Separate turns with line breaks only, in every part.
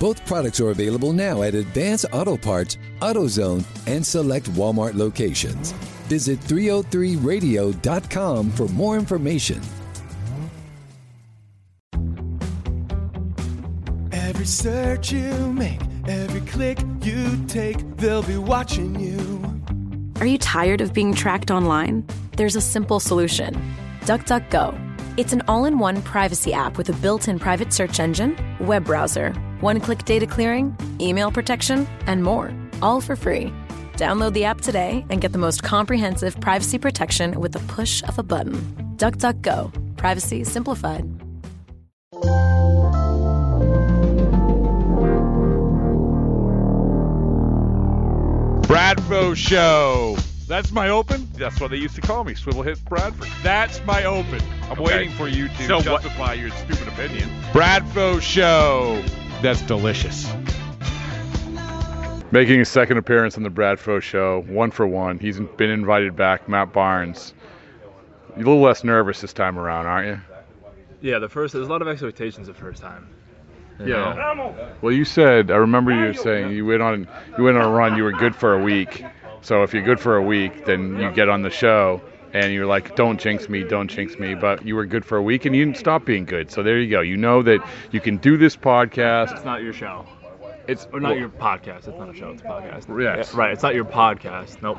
Both products are available now at Advance Auto Parts, AutoZone, and select Walmart locations. Visit 303radio.com for more information.
Every search you make, every click you take, they'll be watching you.
Are you tired of being tracked online? There's a simple solution DuckDuckGo. It's an all in one privacy app with a built in private search engine, web browser, one click data clearing, email protection, and more, all for free. Download the app today and get the most comprehensive privacy protection with the push of a button. DuckDuckGo. Privacy simplified.
Bradfo Show. That's my open. That's what they used to call me, Swivel Hits Bradford. That's my open. I'm
Okay.
waiting for you to
So what-
justify your stupid opinion. Bradfo Show. That's delicious. Making a second appearance on the Bradfo Show, one for one. He's been invited back, Matt Barnes. You're a little less nervous this time around, aren't you?
Yeah, the first there's a lot of expectations the first time.
Well, you said I remember you saying you went on you went on a run. You were good for a week. So if you're good for a week, then you get on the show and you're like, "Don't jinx me, don't jinx me." But you were good for a week and you didn't stop being good. So there you go. You know that you can do this podcast.
It's not your show.
It's
Or not your podcast. It's not a show. It's a podcast.
Yes.
Yeah, right. It's not your podcast. Nope.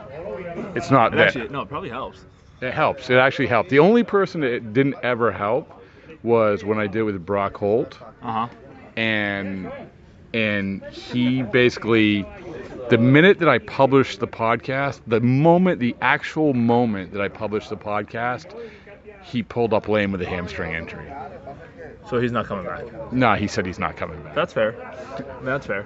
It's not
It
that.
actually, no, it probably helps.
It helps. It actually helped. The only person that didn't ever help was when I did with Brock Holt.
Uh huh.
and and he basically the minute that I published the podcast, the moment, the actual moment that I published the podcast, he pulled up lame with a hamstring injury.
So he's not coming back.
No, he said he's not coming back.
That's fair. That's fair.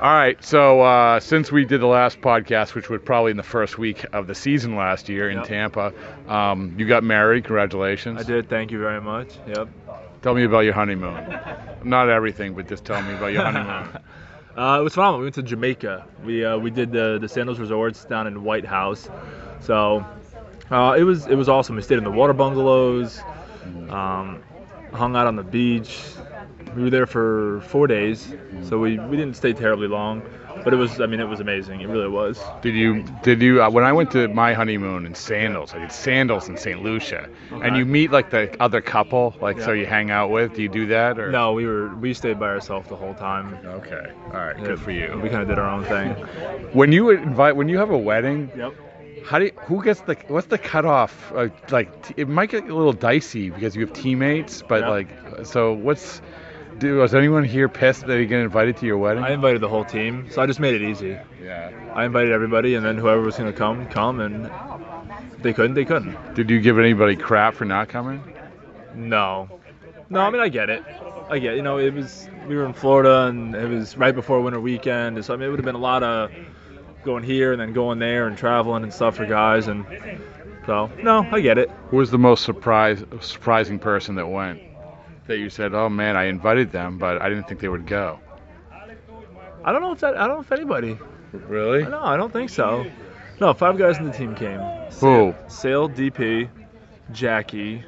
All right, so uh, since we did the last podcast, which was probably in the first week of the season last year in
Yep.
Tampa, um, you got married. Congratulations.
I did. Thank you very much. Yep.
Tell me about your honeymoon. Not everything, but just tell me about your honeymoon.
Uh, it was phenomenal. We went to Jamaica. We uh, we did the the Sandals Resorts down in White House, so uh, it was it was awesome. We stayed in the water bungalows, um, hung out on the beach. We were there for four days, so we, we didn't stay terribly long, but it was I mean it was amazing. It really was.
Did you did you uh, when I went to my honeymoon in sandals? I did sandals in St. Lucia, and
Okay.
you meet like the other couple, like so
Yeah.
you hang out with. Do you do that or
No, we were we stayed by ourselves the whole time.
Okay, all right, good for
We
you.
kind of did our own thing.
When you invite when you have a wedding,
Yep.
how do you, who gets the what's the cutoff? Uh, like t- it might get a little dicey because you have teammates, but
Yeah.
like so what's do, was anyone here pissed that you get invited to your wedding?
I invited the whole team, so I just made it easy.
yeah.
I invited everybody, and then whoever was gonna come, come, and if they couldn't, they couldn't.
Did you give anybody crap for not coming?
No, no. I mean, I get it. I get. You know, it was we were in Florida, and it was right before winter weekend, and so I mean, it would have been a lot of going here and then going there and traveling and stuff for guys, and so no, I get it.
Who was the most surprise, surprising person that went? That you said, oh man, I invited them, but I didn't think they would go.
I don't know if that. I don't know if anybody.
Really?
No, I don't think so. No, five guys in the team came.
Who?
Sale, DP, Jackie.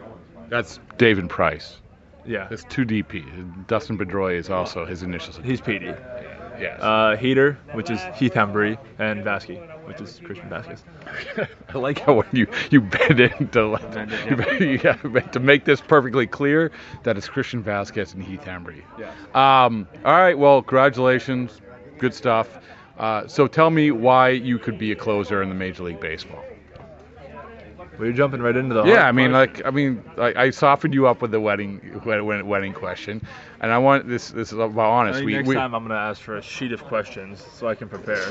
That's David Price.
Yeah,
That's two DP. Dustin Bedroy is also his initials.
he's PD.
Yes.
Uh, Heater, which is Heath Embry, and Vasky, which is Christian Vasquez.
I like how when you you bend into like, you, yeah, but to make this perfectly clear that it's Christian Vasquez and Heath Embry.
Yes.
Um, all right. Well, congratulations. Good stuff. Uh, so tell me why you could be a closer in the Major League Baseball.
Well, you're jumping right into the.
Yeah,
hard
I mean,
part.
like, I mean, like, I softened you up with the wedding, wed- wedding question, and I want this. This is about
I
honest.
think
we,
next
we,
time I'm gonna ask for a sheet of questions so I can prepare.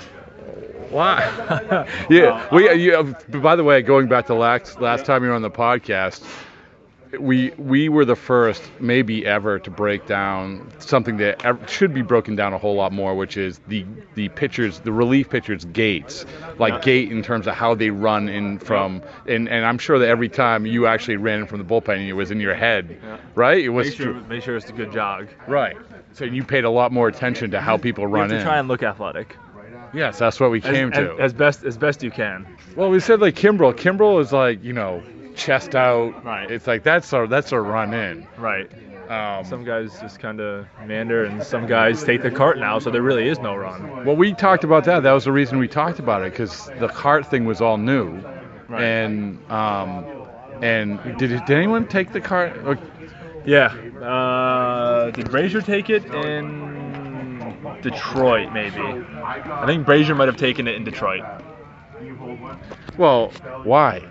Why? yeah. We. You, by the way, going back to last last time you were on the podcast, we we were the first, maybe ever, to break down something that ev- should be broken down a whole lot more, which is the the pitchers, the relief pitchers' gates, like gate in terms of how they run in from, and and I'm sure that every time you actually ran in from the bullpen, it was in your head, right? It was
Make sure, make sure it's a good jog.
right. So you paid a lot more attention to how people
You
run
have to
in.
try and look athletic.
yes, that's what we
As,
came
as-
to.
as best as best you can.
Well, we said like Kimbrel. Kimbrel is like you know chest out.
Right.
It's like that's our that's our run in.
Right.
Um,
Some guys just kind of meander, and some guys take the cart now, so there really is no run.
well, we talked about that. That was the reason we talked about it because the cart thing was all new,
Right.
and um, and did did anyone take the cart? Or,
Yeah. Uh, did Brazier take it in Detroit? Maybe. I think Brazier might have taken it in Detroit
well, why?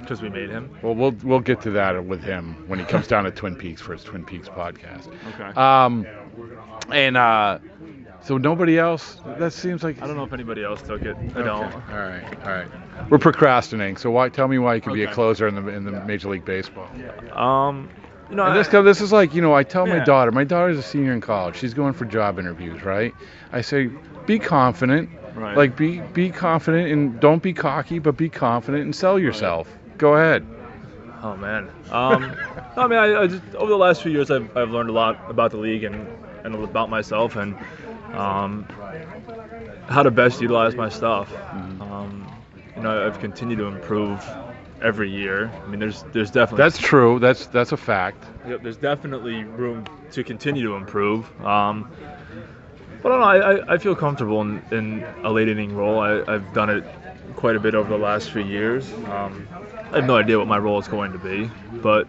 because we made him.
Well, we'll we'll get to that with him when he comes down to Twin Peaks for his Twin Peaks podcast.
Okay.
Um, and uh, so nobody else. That seems like
I don't know if anybody else took it. I don't.
All right, all right. We're procrastinating. So why? Tell me why you could be a
Okay.
closer in the in the Major League Baseball.
Um, you know,
And this
I-
co- this is like you know I tell my
Yeah.
daughter. My daughter's a senior in college. She's going for job interviews, right? I say, be confident.
Right.
Like be be confident and don't be cocky, but be confident and sell yourself. Go ahead.
Oh man. Um, no, I mean, I, I just over the last few years, I've, I've learned a lot about the league and and about myself and um, how to best utilize my stuff. Um, you know, I've continued to improve every year. I mean, there's there's definitely
That's true. That's that's a fact.
Yep, there's definitely room to continue to improve. Um, but I don't know, I, I, I feel comfortable in, in a late inning role. I, I've done it quite a bit over the last few years. Um, I have no idea what my role is going to be, but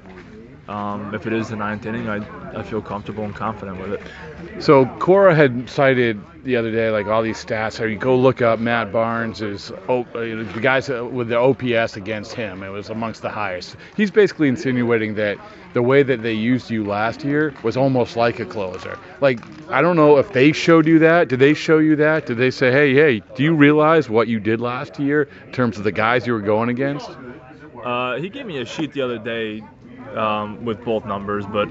um, if it is the ninth inning, I, I feel comfortable and confident with it.
So Cora had cited the other day like all these stats. How you go look up Matt Barnes is oh, uh, the guys uh, with the OPS against him. It was amongst the highest. He's basically insinuating that the way that they used you last year was almost like a closer. Like I don't know if they showed you that. Did they show you that? Did they say, hey, hey, do you realize what you did last year in terms of the guys you were going against?
Uh, he gave me a sheet the other day um, with both numbers, but.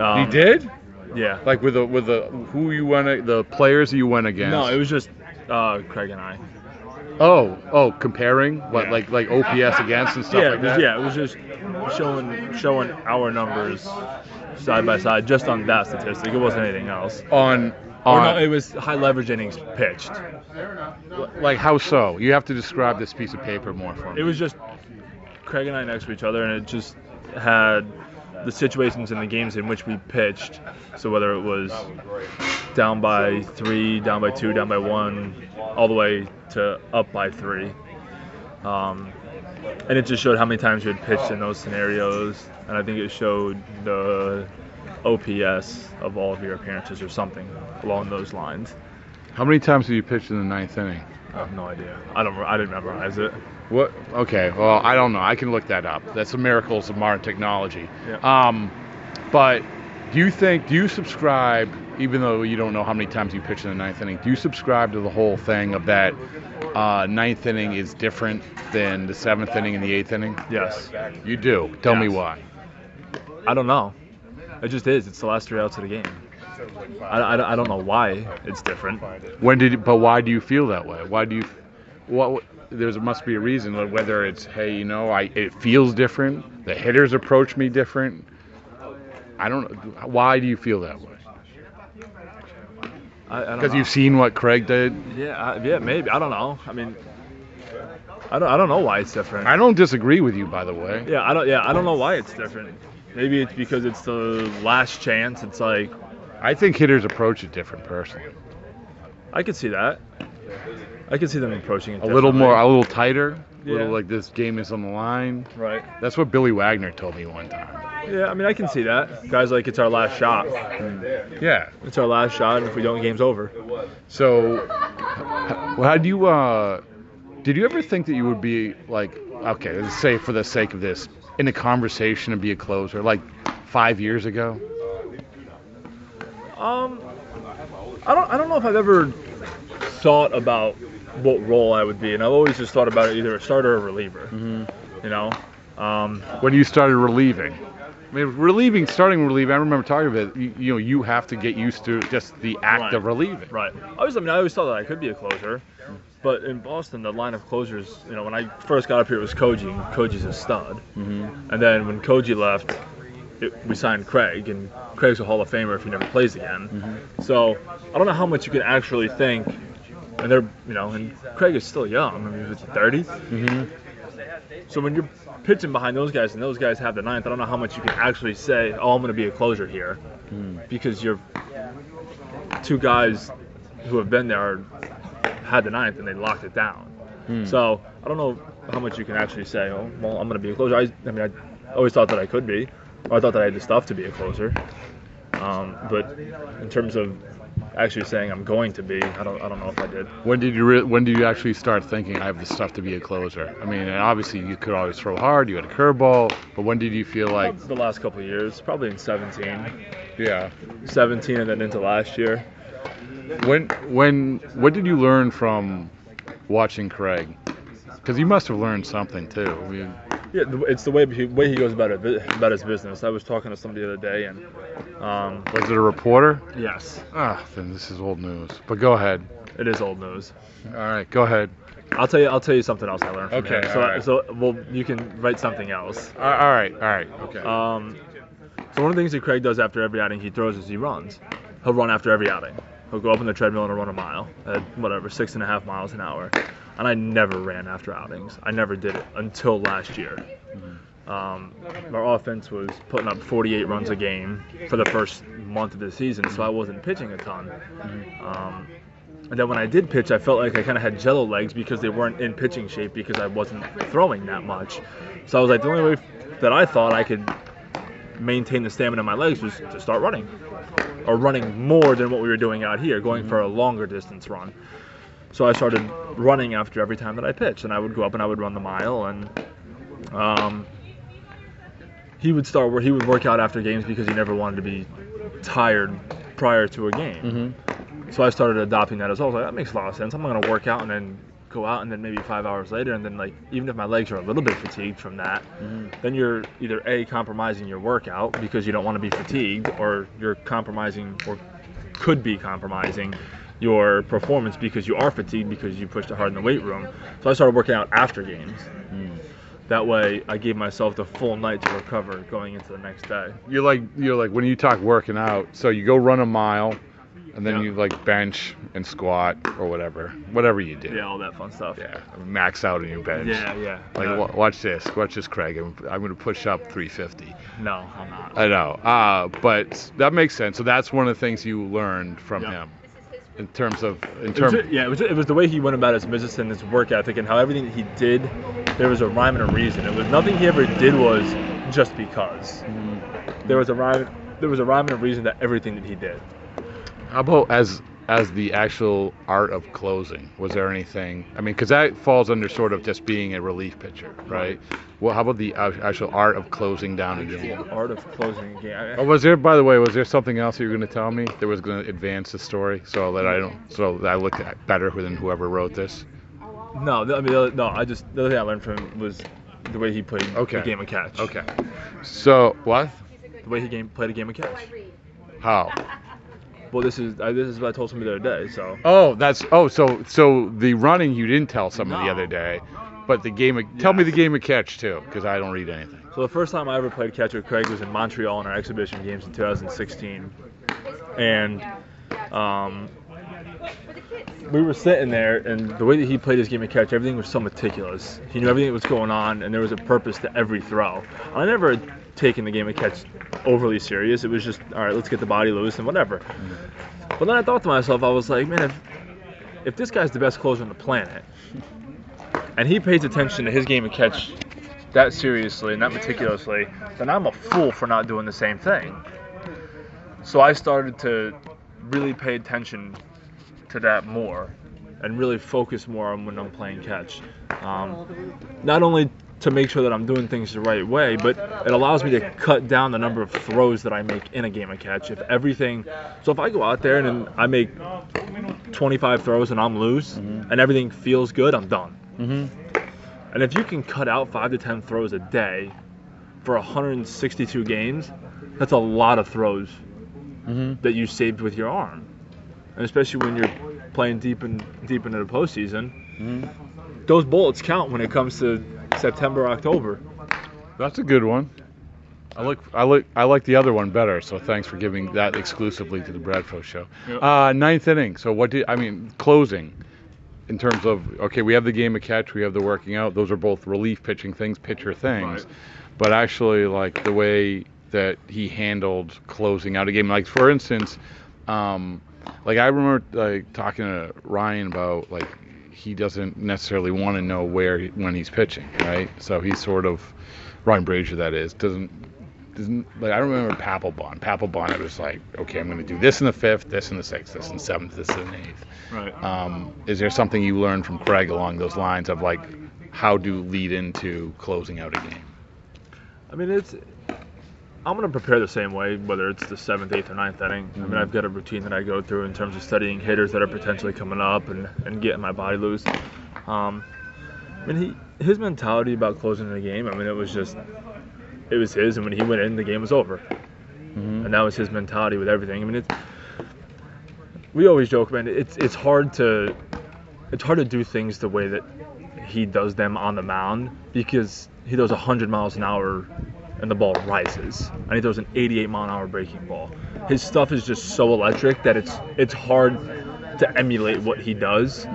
Um,
he did.
Yeah.
Like with the with the who you went the players you went against.
No, it was just uh, Craig and I.
Oh, oh, comparing what
Yeah.
like like OPS against and stuff
yeah,
like
it was-
that.
yeah, it was just showing showing our numbers side by side just on that statistic. It wasn't anything else.
On
Or
on
no, it was high leverage innings pitched.
like how so? You have to describe this piece of paper more for me.
It was just Craig and I next to each other, and it just had the situations in the games in which we pitched. So whether it was down by three, down by two, down by one, all the way to up by three. Um, and it just showed how many times you had pitched in those scenarios, and I think it showed the OPS of all of your appearances or something along those lines.
how many times have you pitched in the ninth inning?
I have no idea. I don't. I didn't memorize it.
What? Okay. Well, I don't know. I can look that up. That's the miracles of modern technology.
Yeah.
Um, but do you think? Do you subscribe? Even though you don't know how many times you pitch in the ninth inning, do you subscribe to the whole thing of that uh, ninth inning is different than the seventh inning and the eighth inning?
Yes.
You do. Tell me
Yes.
why.
I don't know. It just is. It's the last three outs of the game. I, I, I don't know why it's different.
When did? you- But why do you feel that way? Why do you? What? There's must be a reason. like, Whether it's hey, you know, I it feels different. The hitters approach me different. I don't. Why do you feel that way?
I, I don't
Because
know.
you've seen what Craig did.
Yeah, I, yeah, maybe. I don't know. I mean, I don't, I don't know why it's different.
I don't disagree with you, by the way.
yeah, I don't. Yeah, I don't know why it's different. Maybe it's because it's the last chance. It's like
I think hitters approach it different personally.
I could see that. I could see them approaching it
A little more, a
differently.
little tighter. A little
Yeah.
like this game is on the line.
Right.
That's what Billy Wagner told me one time.
Yeah, I mean, I can see that. Guys, like it's our last shot.
Yeah.
It's our last shot, and if we don't, game's over.
So, h- how do you? Uh, did you ever think that you would be like okay, let's say for the sake of this, in a conversation and be a closer, like five years ago?
Um, I don't I don't know if I've ever thought about what role I would be, and I've always just thought about it either a starter or reliever. You know, um,
When you started relieving? I mean, relieving, starting relieving, I remember talking about it. You, you know, you have to get used to just the act
Right.
of relieving.
right? I always I mean I always thought that I could be a closer, but in Boston the line of closers, you know, when I first got up here it was Koji, and Koji's a stud, and then when Koji left, it, we signed Craig, and Craig's a Hall of Famer if he never plays again. So I don't know how much you can actually think. And they're, you know, and Craig is still young. I mean, he's in the 30s. So when you're pitching behind those guys and those guys have the ninth, I don't know how much you can actually say, oh, I'm going to be a closer here. Because you're two guys who have been there had the ninth and they locked it down. So I don't know how much you can actually say, oh, well, I'm going to be a closer. I, I mean, I always thought that I could be, or I thought that I had the stuff to be a closer. Um, but in terms of actually saying I'm going to be, I don't, I don't know if I did.
When did you re- when did you actually start thinking I have the stuff to be a closer? I mean, and obviously you could always throw hard, you had a curveball, but when did you feel like
the last couple of years, probably in 17,
yeah,
17 and then into last year.
when when what did you learn from watching Craig? Because you must have learned something too. I mean,
Yeah, the- it's the way he, way he goes about it, about his business. I was talking to somebody the other day, and um,
was it a reporter?
yes,
Ah, then this is old news. But go ahead.
it is old news.
All right, go ahead.
I'll tell you, I'll tell you something else I learned. From
Okay,
him. So,
alright.
so well, you can write something else.
All all right, all right, okay.
Um, so one of the things that Craig does after every outing he throws is he runs. He'll run after every outing. He'll go up on the treadmill and he'll run a mile at whatever six and a half miles an hour. And I never ran after outings. I never did it until last year. Um, our offense was putting up 48 runs a game for the first month of the season, so I wasn't pitching a ton. Um, and then when I did pitch, I felt like I kind of had jello legs because they weren't in pitching shape because I wasn't throwing that much. So I was like, the only way that I thought I could maintain the stamina in my legs was to start running or running more than what we were doing out here, going for a longer distance run. So I started running after every time that I pitched, and I would go up and I would run the mile, and um, he would start where he would work out after games because he never wanted to be tired prior to a game. So I started adopting that as well. I was like, that makes a lot of sense. I'm gonna work out and then go out and then maybe five hours later and then like even if my legs are a little bit fatigued from that,
Mm-hmm.
then you're either A compromising your workout because you don't want to be fatigued or you're compromising or could be compromising your performance because you are fatigued because you pushed it hard in the weight room. So I started working out after games.
Mm.
That way I gave myself the full night to recover going into the next day.
you're like you're like when you talk working out so you go run a mile and then
Yeah.
you like bench and squat or whatever whatever you do
Yeah, all that fun stuff.
Yeah, max out on your bench
Yeah, yeah.
like
Uh,
wa- watch this watch this craig i'm, I'm going to push up 350
No, I'm not.
i know uh, but that makes sense so that's one of the things you learned from
Yeah.
him in terms of in
It was,
terms
yeah, it was, it was the way he went about his business and his work ethic and how everything he did, there was a rhyme and a reason. It was nothing he ever did was just because.
Mm-hmm.
There was a rhyme, there was a rhyme and a reason to everything that he did.
How about as as the actual art of closing? Was there anything? I mean, because that falls under sort of just being a relief pitcher, right? Well, how about the ac- actual art of closing down a game?
The art of closing a game. I-
Oh, was there? By the way, was there something else you were going to tell me that was going to advance the story so that I don't so that I look at better than whoever wrote this?
No, the- I mean, the other- no. I just the other thing I learned from him was the way he played
Okay.
the game of catch.
Okay. So what?
The way he game played a game of catch.
How?
Well, this is I, this is what I told somebody the other day. So
Oh, that's oh. So so the running you didn't tell someone the
No.
other day, but the game. Of, Tell me
Yes.
the game of catch too, because I don't read anything.
So the first time I ever played catch with Craig was in Montreal in our exhibition games in 2016, and um, we were sitting there, and the way that he played his game of catch, everything was so meticulous. He knew everything that was going on, and there was a purpose to every throw. I never had taken the game of catch overly serious. It was just all right, let's get the body loose and whatever. But then I thought to myself, I was like, man, if, if this guy's the best closer on the planet, and he pays attention to his game of catch that seriously and that meticulously, then I'm a fool for not doing the same thing. So I started to really pay attention to that more and really focus more on when I'm playing catch. Um, not only to make sure that I'm doing things the right way, but it allows me to cut down the number of throws that I make in a game of catch. If everything, so if I go out there and, and I make 25 throws and I'm loose and everything feels good, I'm done. And if you can cut out five to 10 throws a day for 162 games, that's a lot of throws that you saved with your arm. And especially when you're playing deep in deep into the postseason, those bullets count when it comes to September, October.
That's a good one. I like I like I like the other one better. So thanks for giving that exclusively to the Bradfo show. Uh, ninth inning. So what did I mean? Closing, in terms of okay, we have the game of catch, we have the working out. Those are both relief pitching things, pitcher things. But actually, like the way that he handled closing out a game. Like for instance, um, like I remember like talking to Ryan about like he doesn't necessarily want to know where he- when he's pitching, right? So he's sort of Ryan Brazier that is doesn't doesn't like I remember Papelbon. Papelbon, it was like okay, I'm going to do this in the fifth, this in the sixth, this in the seventh, this in the eighth.
Right.
Um, is there something you learned from Craig along those lines of like how to lead into closing out a game?
I mean, it's. I'm gonna prepare the same way, whether it's the seventh, eighth, or ninth inning. I mean, I've got a routine that I go through in terms of studying hitters that are potentially coming up and, and getting my body loose. Um, I mean, he his mentality about closing the game. I mean, it was just, it was his, and when he went in, the game was over. And that was his mentality with everything. I mean, it's. We always joke, man. It's it's hard to, it's hard to do things the way that he does them on the mound because he throws 100 miles an hour and the ball rises. And he throws an 88 mile an hour breaking ball. His stuff is just so electric that it's it's hard to emulate what he does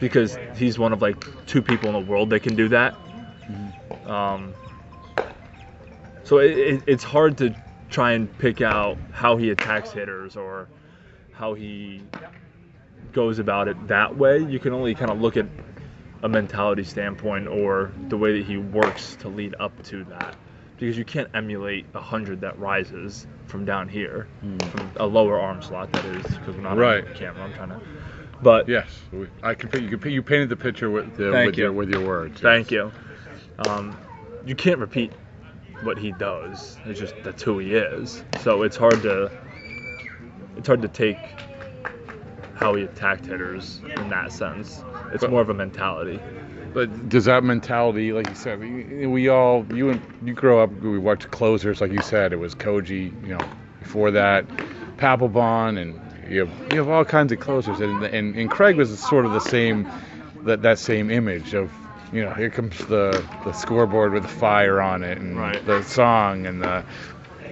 because he's one of like two people in the world that can do that. Um, so it, it, it's hard to try and pick out how he attacks hitters or how he goes about it that way. You can only kind of look at a mentality standpoint or the way that he works to lead up to that. Because you can't emulate a hundred that rises from down here, from a lower arm slot that is, because we're not
Right.
on camera. I'm trying to, but
Yes, we- I can. You, can, you painted the picture with the,
Thank
with
you.
your with your words.
Thank you. Um, you can't repeat what he does. It's just that's who he is. So it's hard to it's hard to take how he attacked hitters in that sense. It's more of a mentality.
But does that mentality, like you said, we, we all, you and you grow up, we watched closers, like you said, it was Koji, you know, before that, Papelbon, and you have, you have all kinds of closers, and, and and Craig was sort of the same, that that same image of, you know, here comes the the scoreboard with the fire on it, and
Right.
the song, and the,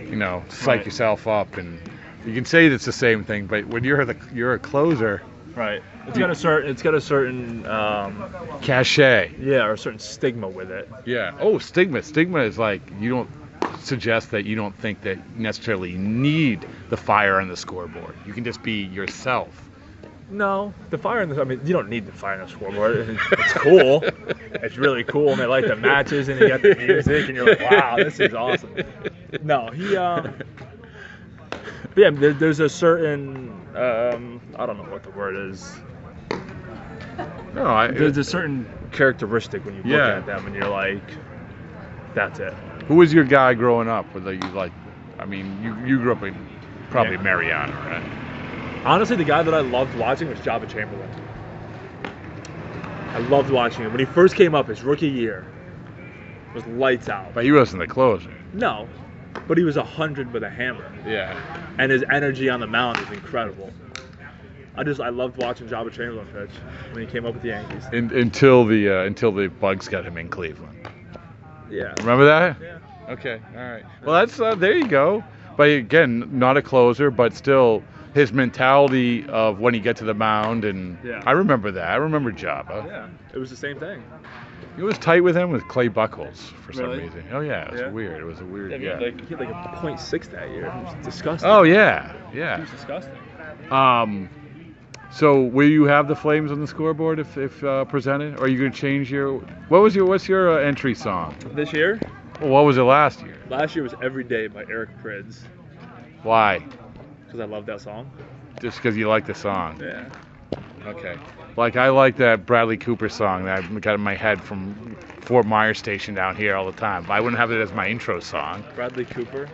you know, psych
Right.
yourself up, and you can say it's the same thing, but when you're the you're a closer,
Right. It's got a certain it's got a certain um,
cachet.
yeah or a certain stigma with it.
Yeah. Oh, stigma. Stigma is like you don't suggest that you don't think that necessarily need the fire on the scoreboard. You can just be yourself.
No, the fire in the. I mean, you don't need the fire in the scoreboard. It's, it's cool. it's really cool, and they like the matches, and you got the music, and you're like, wow, this is awesome. No, he. Um, but yeah, there, there's a certain. Um, I don't know what the word is.
No, I,
There's a certain characteristic when you look
Yeah.
at them, and you're like, that's it.
who was your guy growing up? Whether you like, I mean, you you grew up in probably
Yeah.
Mariana, right?
Honestly, the guy that I loved watching was Jabba Chamberlain. I loved watching him when he first came up his rookie year. Was lights out.
But he wasn't the closer.
No, but he was 100 with a hammer,
Yeah.
and his energy on the mound is incredible. I just, I loved watching Jabba Chamberlain pitch when he came up with the Yankees.
In, until the uh, until the bugs got him in Cleveland.
Yeah.
Remember that?
Yeah.
Okay. All right. Well, that's uh, there you go. But again, not a closer, but still his mentality of when he get to the mound and
Yeah.
I remember that. I remember Jabba.
Yeah. It was the same thing.
It was tight with him with Clay Buckles for some
Really?
reason. Oh yeah, it was
Yeah.
weird. It was a weird.
Yeah,
Yeah.
he, had like, he had like a .6 that year. It was disgusting.
oh yeah,
It
yeah.
was disgusting.
Um, so will you have the Flames on the scoreboard if if uh, presented? Or are you gonna change your? What was your what's your uh, entry song?
This year,
Well, what was it last year?
last year was Every Day by Eric Prydz,
Why?
because I love that song.
Just because you like the song.
Yeah.
Okay. Like I like that Bradley Cooper song that I got in my head from Fort Myers station down here all the time. I wouldn't have it as my intro song.
Bradley Cooper.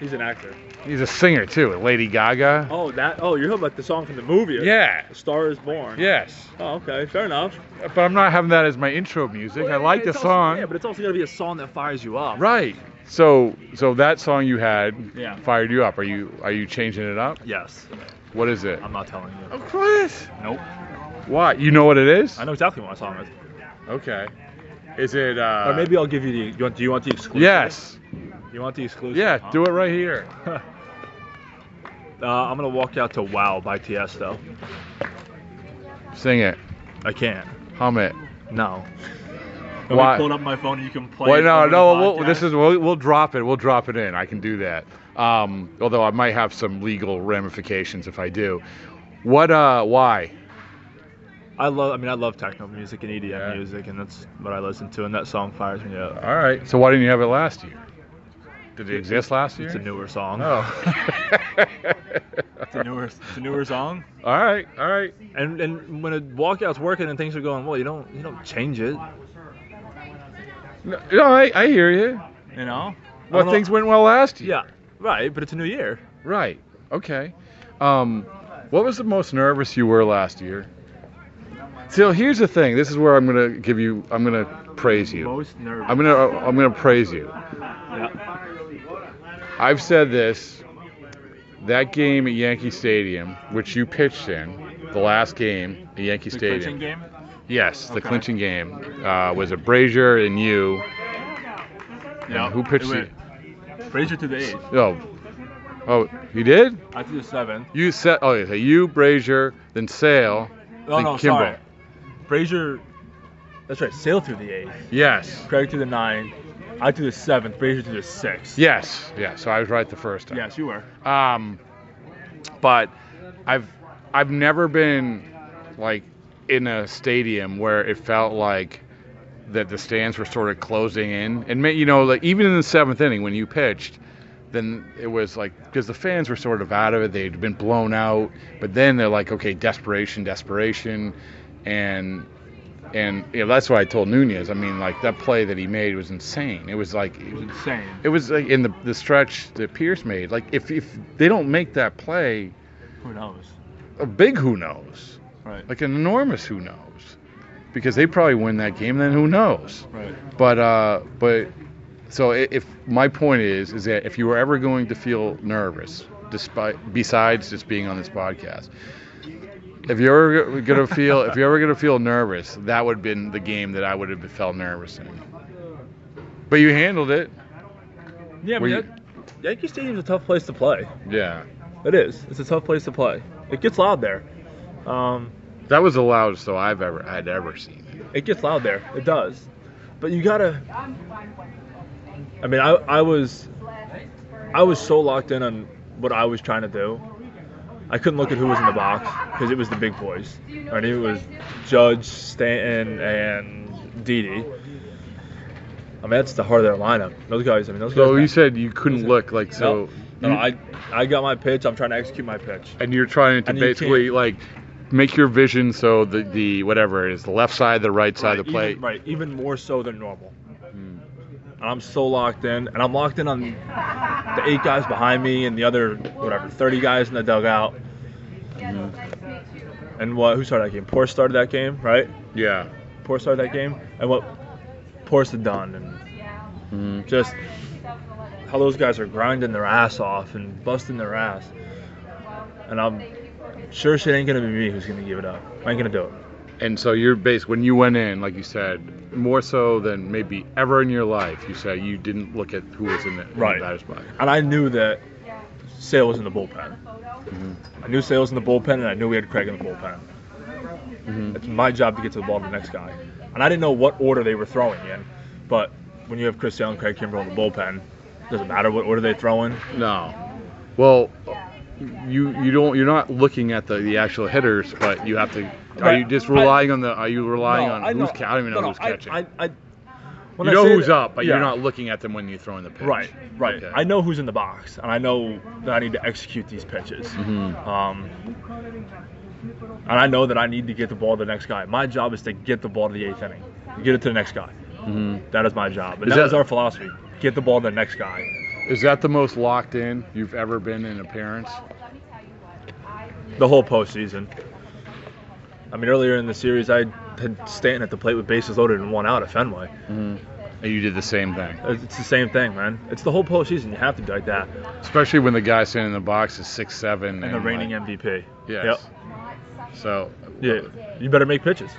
He's an actor.
He's a singer too. Lady Gaga.
Oh, that. Oh, you're talking about the song from the movie.
Yeah.
A Star is Born.
Yes.
Oh, okay. Fair enough.
But I'm not having that as my intro music. I like the
It's also-
song.
Oh, yeah, but it's also got to be a song that fires you up.
Right. So so that song you had
Yeah.
fired you up. Are you are you changing it up?
Yes.
What is it?
I'm not telling you.
Of course.
Nope.
Why? You know what it is?
I know exactly what song it is.
Okay. Is it? Uh,
Or maybe I'll give you the. You want, do you want the exclusive?
Yes.
You want the exclusive?
Yeah.
huh?
Do it right here.
Uh, I'm gonna walk out to Wow by Tiesto.
Sing it.
I can't.
Hum it.
No. Let me
Why-
pull it up on my phone and you can play.
Well,
it
no,
over the
no. We'll,
podcast.
this is we'll, we'll drop it. We'll drop it in. I can do that. Um, although I might have some legal ramifications if I do. What? Uh, why?
I love. I mean, I love techno music and EDM
Yeah.
music, and that's what I listen to. And that song fires me up.
All right. So why didn't you have it last year? Did it exist last year?
It's a newer song.
Oh.
It's a newer. It's a newer song.
All right, all right.
And and when a walkout's working and things are going well, you don't you don't change it.
No, no, I, I hear you.
You know. I
Well,
don't know-
things went well last year.
Yeah. Right, but it's a new year.
Right. Okay. Um, what was the most nervous you were last year? So here's the thing. This is where I'm gonna give you. I'm gonna praise you.
Most nervous.
I'm gonna. I'm gonna praise you.
yeah.
I've said this. That game at Yankee Stadium, which you pitched in, the last game at Yankee Stadium.
game.
Yes, the
Okay.
clinching game uh, was it Brazier and you.
Yeah.
who pitched
It went Frazier to the eighth.
Oh, oh, you did?
I to the seventh.
You set. Oh, yeah, you Brazier, then Sale,
Oh
then
no, sorry.
Kimbrel.
Frazier. That's right. Sale through the eighth.
Yes.
Craig to the ninth. I to the seventh. Frazier to the sixth.
Yes. Yeah. So I was right the first time.
Yes, you were.
Um, but I've I've never been like in a stadium where it felt like that the stands were sort of closing in, and ma- you know, like even in the seventh inning when you pitched, then it was like because the fans were sort of out of it; they'd been blown out. But then they're like, okay, desperation, desperation, and and you know, that's why I told Nunez. I mean, like that play that he made was insane. It was like
It was insane.
it was like in the the stretch that Pierce made. Like if if they don't make that play,
Who knows?
a big who knows,
Right.
like an enormous who knows, because they probably win that game. Then who knows?
right.
But uh, but so i- if my point is is that if you were ever going to feel nervous, despite besides just being on this podcast. If you're ever gonna feel, if you're ever gonna feel nervous, that would have been the game that I would have felt nervous in. But you handled it.
Yeah, I
Were
mean,
you-
that- Yankee Stadium's a tough place to play.
Yeah.
It is. It's a tough place to play. It gets loud there. Um,
That was the loudest though I've ever had ever seen.
it gets loud there. It does. But you gotta. I mean, I, I was, I was so locked in on what I was trying to do. I couldn't look at who was in the box because it was the big boys. I knew it was Judge, Stanton, and Didi. I mean, that's the heart of their lineup. Those guys. I mean, those
So
guys.
you said you couldn't look like so.
no, no, I, I got my pitch. I'm trying to execute my pitch.
and you're trying to
and you
basically
can't-
like make your vision so the the whatever it is the left side, the right side of the plate.
Right, Even, right, even more so than normal. And I'm so locked in, and I'm locked in on the eight guys behind me and the other whatever 30 guys in the dugout. And what? Who started that game? Poor started that game, right?
Yeah.
Poor started that game, and what? Poor's had done, and just how those guys are grinding their ass off and busting their ass. And I'm sure shit ain't gonna be me who's gonna give it up. I ain't gonna do it.
And so you're based when you went in, like you said, more so than maybe ever in your life. You said you didn't look at who was in the, in the
Right.
batter's box.
and I knew that Sale was in the bullpen.
Mm-hmm.
I knew Sale was in the bullpen, and I knew we had Craig in the bullpen.
Mm-hmm.
It's my job to get to the ball to the next guy, and I didn't know what order they were throwing in. But when you have Chris Sale and Craig Kimbrell in the bullpen, doesn't matter what order they throw in.
No. Well, you you don't you're not looking at the, the actual hitters, but you have to. Are
Right.
you just
I-
relying on the? Are you relying
No,
on
I
who's?
know-
Ca- I don't even know
no, no,
who's
I-
catching.
I, I, when
you
I
know
say
who's
that-
up, but
yeah.
you're not looking at them when you're throwing the pitch.
Right, right.
Okay.
I know
Mm-hmm.
who's in the box, and I know that I need to execute these pitches. Um, and I know that I need to get the ball to the next guy. My job is to get the ball to the eighth inning, get it to the next guy. That is my job,
Mm-hmm. Is
and that
that-
is our philosophy: get the ball to the next guy.
Is that the most locked in you've ever been in appearance?
The whole postseason. I mean, earlier in the series, I had Stanton at the plate with bases loaded and one out at Fenway.
And you did the same thing,
It's it's the same thing, man. It's the whole postseason. You have to be like that.
especially when the guy sitting in the box is six seven and,
And the reigning
like,
MVP.
Yes. So,
Yep. Yeah. You better make pitches.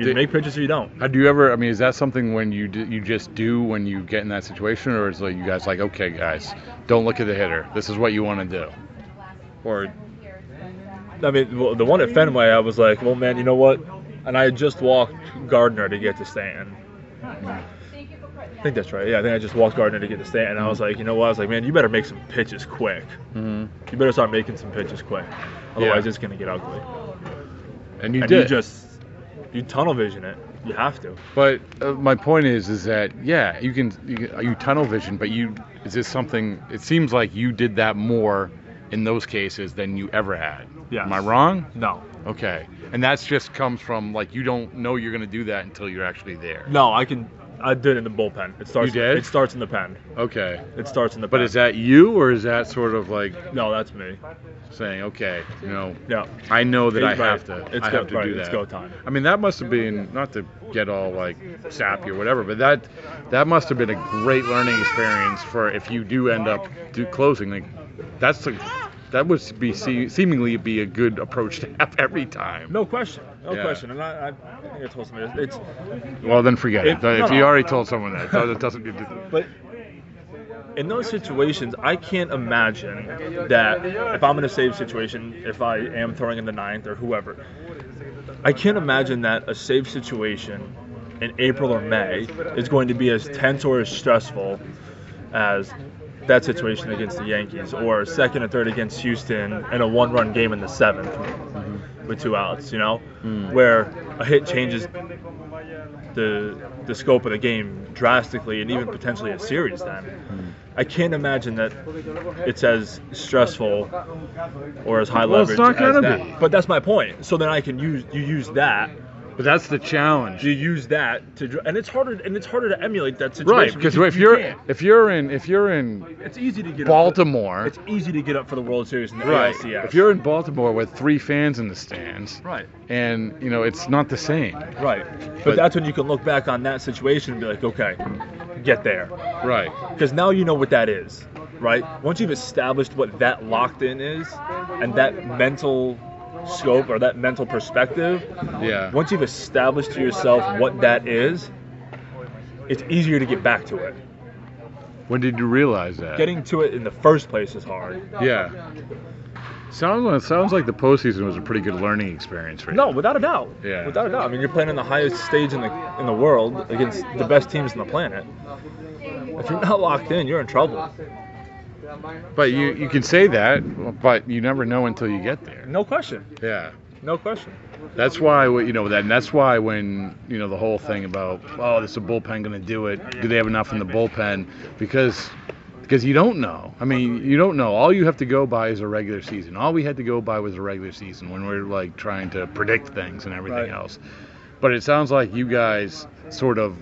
You
Did-
make pitches or you don't.
how do you ever? I mean, is that something when you do, you just do when you get in that situation, or is like you guys like, okay, guys, don't look at the hitter. This is what you want to do. Or
I mean, well, the one at Fenway, I was like, well, man, you know what? And I had just walked Gardner to get to Stanton. I think that's right. Yeah, I think I just walked Gardner to get to Stanton. I was like, you know what? I was like, man, you better make some pitches quick. You better start making some pitches quick.
Mm-hmm.
Otherwise,
Yeah.
it's going to get ugly.
and you
and
did.
you just, you tunnel vision it. You have to.
But uh, my point is, is that yeah, you can you, can- you tunnel vision, but you is this something? It seems like you did that more in those cases than you ever had.
Yes.
Am I wrong?
No.
Okay. And that's just comes from like you don't know you're gonna do that until you're actually there.
No, I can. I did in the bullpen. It starts.
You did?
It starts in the pen.
Okay.
It starts in the
But
pen.
is that you or is that sort of like
No, that's me.
saying, okay, you know,
Yeah.
I know that I
Right.
have to.
It's
I
go-
have to
right,
do that.
it's go time.
I mean, that must have been not to get all like sappy or whatever, but that that must have been a great learning experience for if you do end up do closing. Like, that's the that would be se- seemingly be a good approach to have every time.
No question. No
Yeah.
question. And I, I, I think I told somebody this. it's.
Well, then forget it.
If- no,
if you
no.
already told someone that, so it doesn't.
But in those situations, I can't imagine that if I'm in a save situation, if I am throwing in the ninth or whoever, I can't imagine that a save situation in April or May is going to be as tense or as stressful as that situation against the Yankees or second and third against Houston in a one run game in the seventh
Mm-hmm.
with two outs, you know,
Mm.
where a hit changes the the scope of the game drastically and even potentially a series then.
Mm.
I can't imagine that it's as stressful or as high
Well, it's
leverage
not
as
gonna
that.
be.
But that's my point. So then I can use you use that
But that's the challenge.
you use that to dr- and it's harder and it's harder to emulate that situation.
Right, because if
you
you're
can't.
if you're in if you're in
it's easy to get
Baltimore,
Up for, it's easy to get up for the World Series in the
right?
ALCS.
If you're in Baltimore with three fans in the stands,
right,
and you know it's not the same.
right, but,
But-
that's when you can look back on that situation and be like, okay, get there,
Right.
because now you know what that is, right? Once you've established what that locked in is and that mental scope or that mental perspective,
Yeah.
once you've established to yourself what that is, it's easier to get back to it.
When did you realize that?
Getting to it in the first place is hard.
Yeah. Sounds like, sounds like the postseason was a pretty good learning experience for you.
No, without a doubt.
Yeah.
Without a doubt. I mean, you're playing on the highest stage in the in the world against the best teams on the planet. If you're not locked in, you're in trouble.
But you you can say that, but you never know until you get there.
No question.
Yeah.
No question.
That's why we- you know that. And that's why when you know the whole thing about oh, is the bullpen going to do it? Do they have enough in the bullpen? Because because you don't know. I mean, you don't know. All you have to go by is a regular season. All we had to go by was a regular season when we're like trying to predict things and everything
Right.
else. But it sounds like you guys sort of,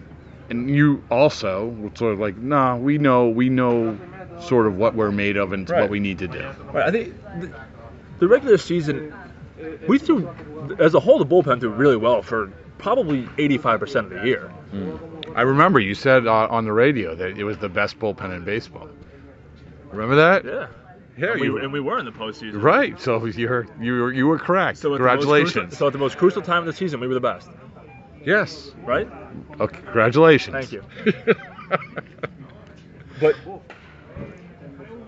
and you also were sort of like, nah, we know, we know, sort of what we're made of and what
Right.
we need to do.
Right. I think the, the regular season, we threw as a whole the bullpen threw really well for probably 85% of the year.
I remember you said uh, on the radio that it was the best bullpen in baseball. Remember that?
Yeah.
Yeah,
And we,
you-
and we were in the postseason.
Right. So you're you were you were correct.
So at the most crucial-
congratulations.
so at the most crucial time of the season, we were the best.
yes.
Right.
Okay. Congratulations.
Thank you. But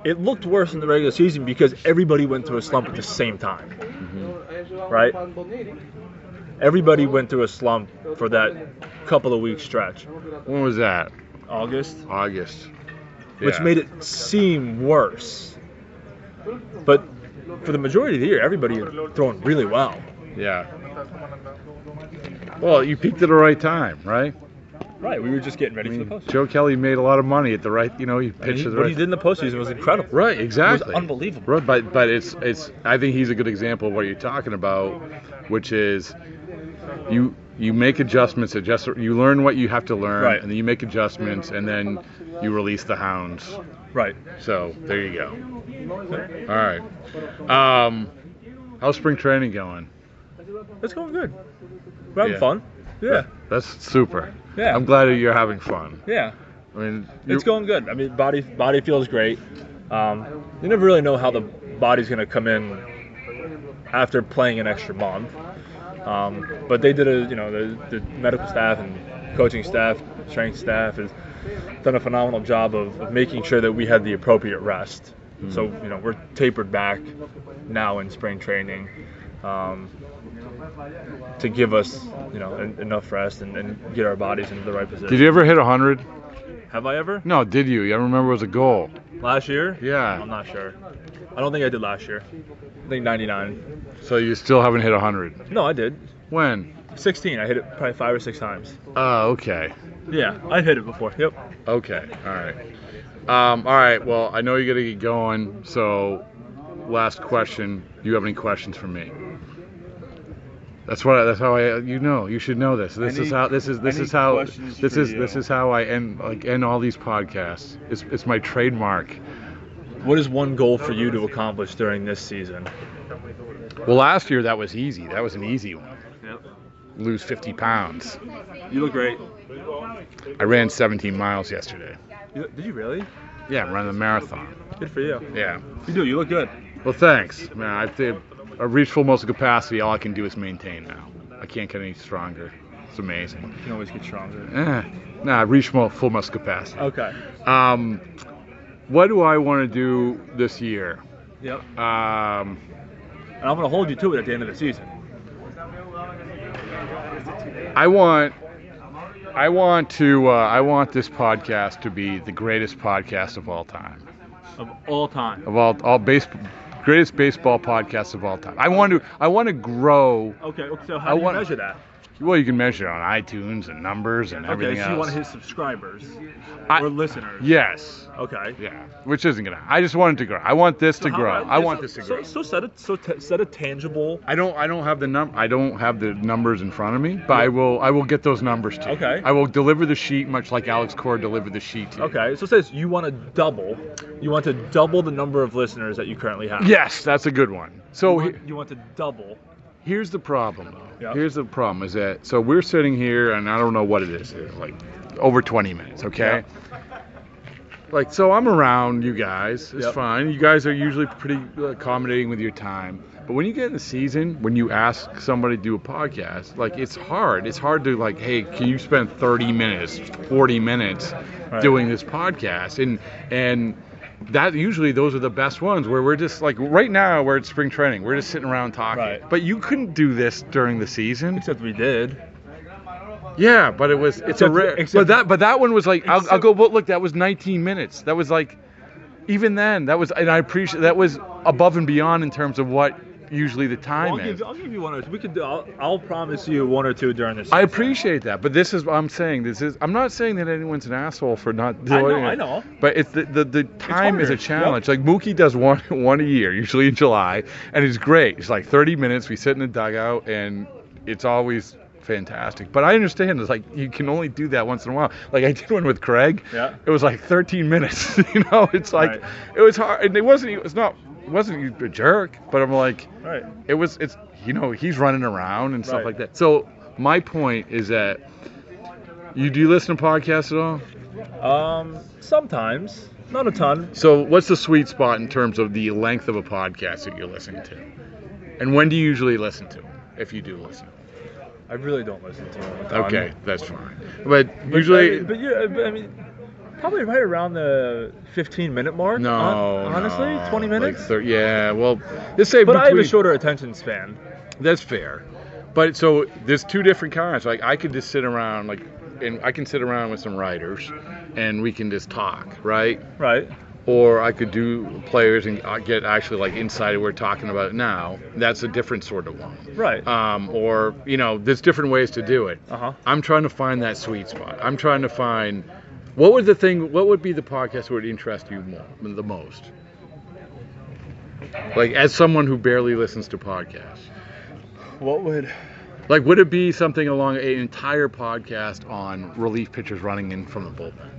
it looked worse in the regular season because everybody went through a slump at the same time. Right? Everybody went through a slump for that couple of week stretch.
when was that?
August,
August.
which
Yeah.
made it seem worse. But for the majority of the year, everybody had thrown really well.
Yeah. Well, you peaked at the right time, right?
Right, we were just getting ready
I mean,
for the postseason.
Joe Kelly made a lot of money at the right. You know, he
And
pitched
he-
at the
what
right.
he did in the postseason was incredible.
Right, exactly.
unbelievable.
Right, but but it's it's I think he's a good example of what you're talking about, which is you you make adjustments, adjust you learn what you have to learn
Right.
and then you make adjustments and then you release the hounds.
Right.
So there you go. All right. Um how's spring training going?
It's going good. We're having
Yeah.
fun. Yeah.
That's super.
Yeah.
I'm glad that you're having fun.
Yeah.
I mean
It's
you're-
going good. I mean, body body feels great. Um, you never really know how the body's going to come in after playing an extra month. Um, but they did a, you know, the, the medical staff and coaching staff, strength staff has done a phenomenal job of, of making sure that we had the appropriate rest.
Hmm.
So you know we're tapered back now in spring training. Um, to give us, you know, en- enough rest and, and get our bodies into the right position.
Did you ever hit 100?
Have I ever?
No, did you? I remember it was a goal.
Last year?
Yeah.
I'm not sure. I don't think I did last year. I think 99.
So you still haven't hit 100.
No, I did.
When?
16. I hit it probably five or six times.
Oh, okay.
Yeah, I've hit it before. Yep.
Okay. All right. Um, all right. Well, I know you got to get going. So, last question. Do you have any questions for me? That's what. I, that's how I. You know. You should know this. This is
need-
how. This is.
I
This is
need
how.
questions
This
for
is.
you.
This is how I end. Like end all these podcasts. It's. It's my trademark.
What is one goal for you to accomplish during this season?
Well, last year that was easy. That was an easy one.
Yep.
Lose 50 pounds.
You look great.
I ran 17 miles yesterday.
You, did you really?
Yeah, I'm running the marathon.
Good for you.
Yeah.
You do. You look good.
Well, thanks, man. I think I reached full muscle capacity. All I can do is maintain now. I can't get any stronger. It's amazing.
You can always get stronger.
Eh, nah, I reached mo- full muscle capacity.
Okay.
Um, what do I want to do this year?
Yep.
Um,
And I'm gonna hold you to it at the end of the season.
I want. I want to. Uh, I want this podcast to be the greatest podcast of all time.
Of all time.
Of all, all base, greatest baseball podcast of all time. I want to. I want to grow.
Okay. okay, So
I
how do you
want-
measure that?
Well, you can measure it on iTunes and numbers and
Okay.
everything
So
else.
you want to hit subscribers
I-
or listeners?
Yes.
Okay.
Yeah. Which isn't gonna. I just want it to grow. I want this to
So how-
grow.
yeah,
I want
so-
this to
so-
grow.
So, set a so t- set a tangible.
I don't. I don't have the num. I don't have the numbers in front of me, but I will. I will get those numbers to you.
Okay.
I will deliver the sheet, much like Alex Core delivered the sheet to you.
Okay, so it says you want to double. You want to double the number of listeners that you currently have.
Yes, that's a good one.
You
So he-
want, you want to double.
here's the problem. though.
Yeah.
Here's the problem is that so we're sitting here and I don't know what it is, like over 20 minutes. Okay. Like so, I'm around you guys. It's
Yep.
fine. You guys are usually pretty uh, accommodating with your time. But when you get in the season, when you ask somebody to do a podcast, like it's hard. It's hard to like, hey, can you spend 30 minutes, 40 minutes doing this podcast? And and that usually those are the best ones where we're just like right now we're at spring training. We're just sitting around talking.
Right.
But you couldn't do this during the season.
Except we did.
Yeah, but it was it's a
Except-
rare.
except-
but that but that one was like I'll, I'll
Except-
go. But look, that was 19 minutes. That was like even then that was and I appreciate that was above and beyond in terms of what usually the
I'll
time
give,
is.
I'll give you one or two. We could. Do, I'll, I'll promise you one or two during this.
I
season.
appreciate that, but this is what I'm saying. This is I'm not saying that anyone's an asshole for not doing
I know,
it.
I know.
But it's the the, the time is
harder,
a
yep.
challenge. Like Mookie does one one a year, usually in July, and it's great. It's like 30 minutes. We sit in the dugout, and it's always fantastic. But I understand it's like you can only do that once in a while. Like I did one with Craig.
Yeah.
It was like 13 minutes. you know, it's like
Right.
it was hard, and it wasn't. It's not. It wasn't a jerk, but I'm like
All right.
it was it's you know he's running around and stuff
Right.
like that so my point is that you do you listen to podcasts at all
Um, sometimes, not a ton.
so what's the sweet spot in terms of the length of a podcast that you're listening to and when do you usually listen to it if you do listen
I really don't listen to. Them a ton.
okay that's fine but
But, I
usually
mean, but yeah, but I mean, probably right around the 15 minute mark.
no
hon- Honestly,
no,
20
like
minutes.
thir- yeah well let's say
but I have a
between-
shorter attention span.
That's fair. But so there's two different kinds. Like I could just sit around like and I can sit around with some writers and we can just talk, right?
Right.
or I could do players and I get actually like inside. We're talking about it now. That's a different sort of wine.
Right.
Um, or you know, there's different ways to do it.
Uh-huh.
I'm trying to find that sweet spot. I'm trying to find what would the thing, what would be the podcast that would interest you more, the most? Like as someone who barely listens to podcasts,
what would?
like would it be something along an entire podcast on relief pitchers running in from the bullpen?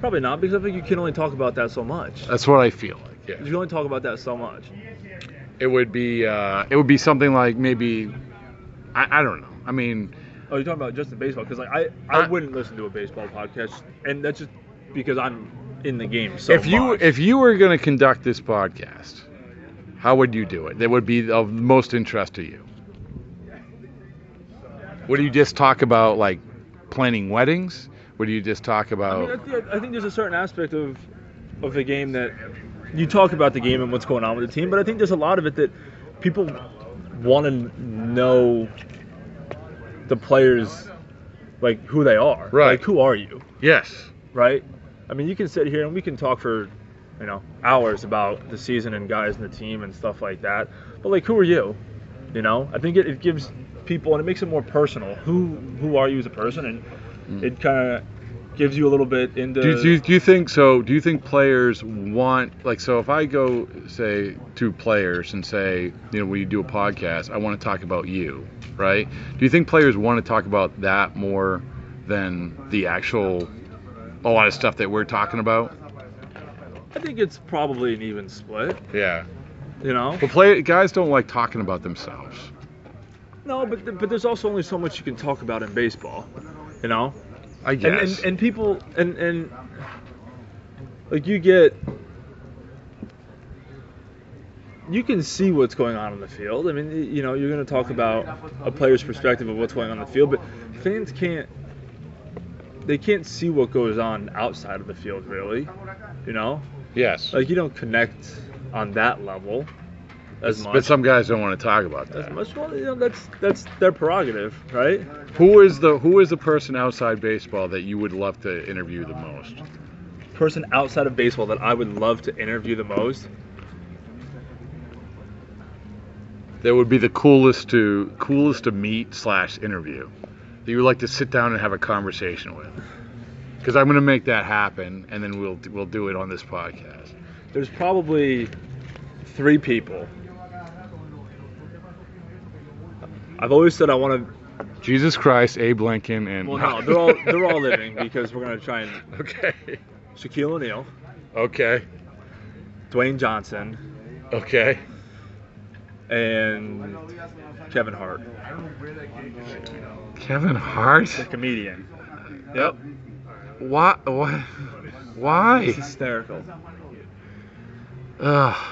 Probably not because I think you can only talk about that so much. Uh,
That's what I feel like. Yeah.
You can only talk about that so much.
It would be uh, it would be something like maybe I, I don't know. I mean,
Oh, you're talking about just the baseball? Because like I, I
I-
wouldn't listen to a baseball podcast, and that's just because I'm in the game so
if you
much.
if you were going to conduct this podcast, how would you do it? That would be of most interest to you. Would you just talk about like planning weddings? Would you just talk
I, mean,
about
I, think, I think there's a certain aspect of of the game that you talk about the game and what's going on with the team, but I think there's a lot of it that people want to know the players, like who they are.
Right.
Like who are you?
yes?
right? I mean, you can sit here and we can talk for, you know, hours about the season and guys and the team and stuff like that. But like, who are you? You know, I think it, it gives people and it makes it more personal. Who who are you as a person? And it kind of gives you a little bit into.
Mm. Do you, do, you, do you think so? Do you think players want like so? If I go say to players and say, you know, when you do a podcast, I want to talk about you, right? Do you think players want to talk about that more than the actual a lot of stuff that we're talking about?
I think it's probably an even split.
Yeah.
You know.
But play guys don't like talking about themselves.
No, but th- but there's also only so much you can talk about in baseball. You know.
I
and,
guess.
and, and people and and like you get you can see what's going on in the field i mean y- you know you're going to talk about a player's perspective of what's going on in the field but fans can't they can't see what goes on outside of the field really you know
yes.
like you don't connect on that level as
but
much
some guys don't want to talk about
as
that.
much well you know that's that's their prerogative right
Who is the who is the person outside baseball that you would love to interview the most?
person outside of baseball that i would love to interview the most
that would be the coolest to coolest to meet slash interview that you would like to sit down and have a conversation with because i'm going to make that happen and then we'll we'll do it on this podcast
there's probably three people. I've always said I want to.
jesus christ abe lincoln and
Well, no, they're all they're all living because we're gonna try and
okay
Shaquille O'Neal,
okay
Dwayne Johnson,
okay
and Kevin Hart,
kevin hart
comedian. Yep,
why why why
it's hysterical.
Ugh.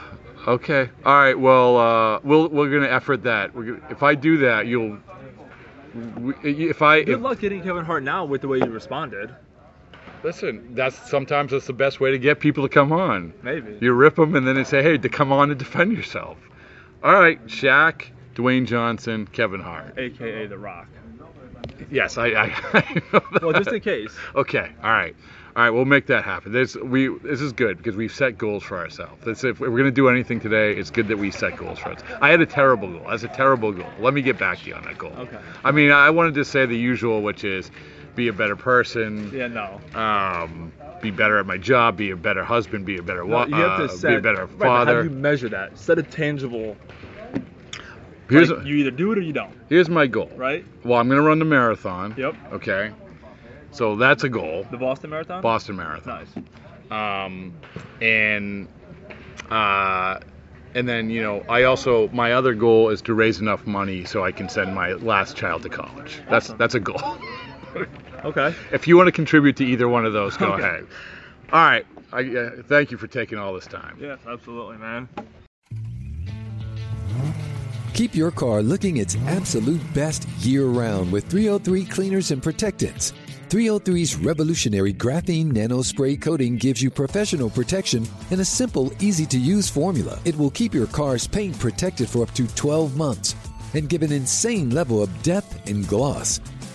okay all right well uh we'll we're going to effort that we're gonna, if i do that you'll we- if i
Good
if,
luck getting Kevin Hart now with the way you responded.
listen that's sometimes that's the best way to get people to come on
Maybe.
You rip them and then they say, hey, to come on and defend yourself. All right, Shaq, Dwayne Johnson, Kevin Hart.
AKA The Rock.
Yes, I, I, I know that.
Well, just in case.
Okay, all right. All right, we'll make that happen. This we this is good because we've set goals for ourselves. That's if we're gonna do anything today, it's good that we set goals for us. I had a terrible goal. That's a terrible goal. Let me get back to you on that goal.
Okay.
I mean, I wanted to say the usual, which is, be a better person.
Yeah, no.
Um, be better at my job. Be a better husband. Be a better wa-
you have to
uh,
set.
be a better
right, but
father.
how do you measure that? Set a tangible.
Here's
like, you either do it or you don't.
Here's my goal.
Right.
Well, I'm gonna run the marathon.
Yep.
Okay. So that's a goal.
The Boston Marathon.
Boston Marathon.
Nice.
Um, and uh, and then you know I also my other goal is to raise enough money so I can send my last child to college. That's
Awesome.
that's a goal.
Okay.
if you want to contribute to either one of those, go
Okay.
ahead. All right. I, uh, thank you for taking all this time.
Yes, absolutely, man.
Keep your car looking its absolute best year round with 303 cleaners and protectants. 303's revolutionary graphene nano spray coating gives you professional protection in a simple, easy to use formula. It will keep your car's paint protected for up to 12 months and give an insane level of depth and gloss.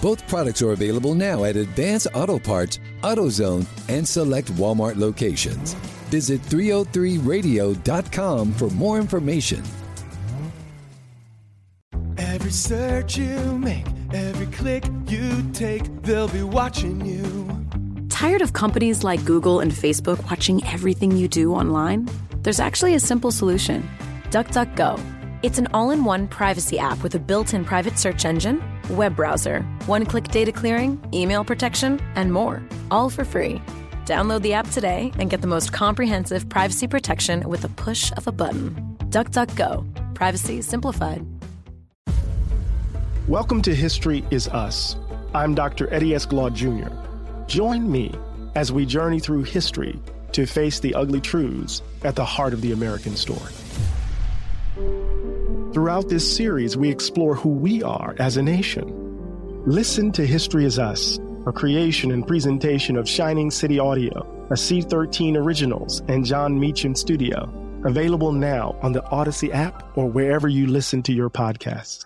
Both products are available now at Advance Auto Parts, AutoZone, and select Walmart locations. Visit 303radio.com for more information.
Every search you make, every click you take, they'll be watching you.
Tired of companies like Google and Facebook watching everything you do online? There's actually a simple solution DuckDuckGo. It's an all in one privacy app with a built in private search engine, web browser, one click data clearing, email protection, and more, all for free. Download the app today and get the most comprehensive privacy protection with the push of a button. DuckDuckGo. Privacy simplified.
Welcome to History is Us. I'm Dr. Eddie Esclaw Jr. Join me as we journey through history to face the ugly truths at the heart of the American story. Throughout this series, we explore who we are as a nation. Listen to History is Us, a creation and presentation of Shining City Audio, a C13 Originals, and John Meacham Studio. Available now on the Odyssey app or wherever you listen to your podcasts.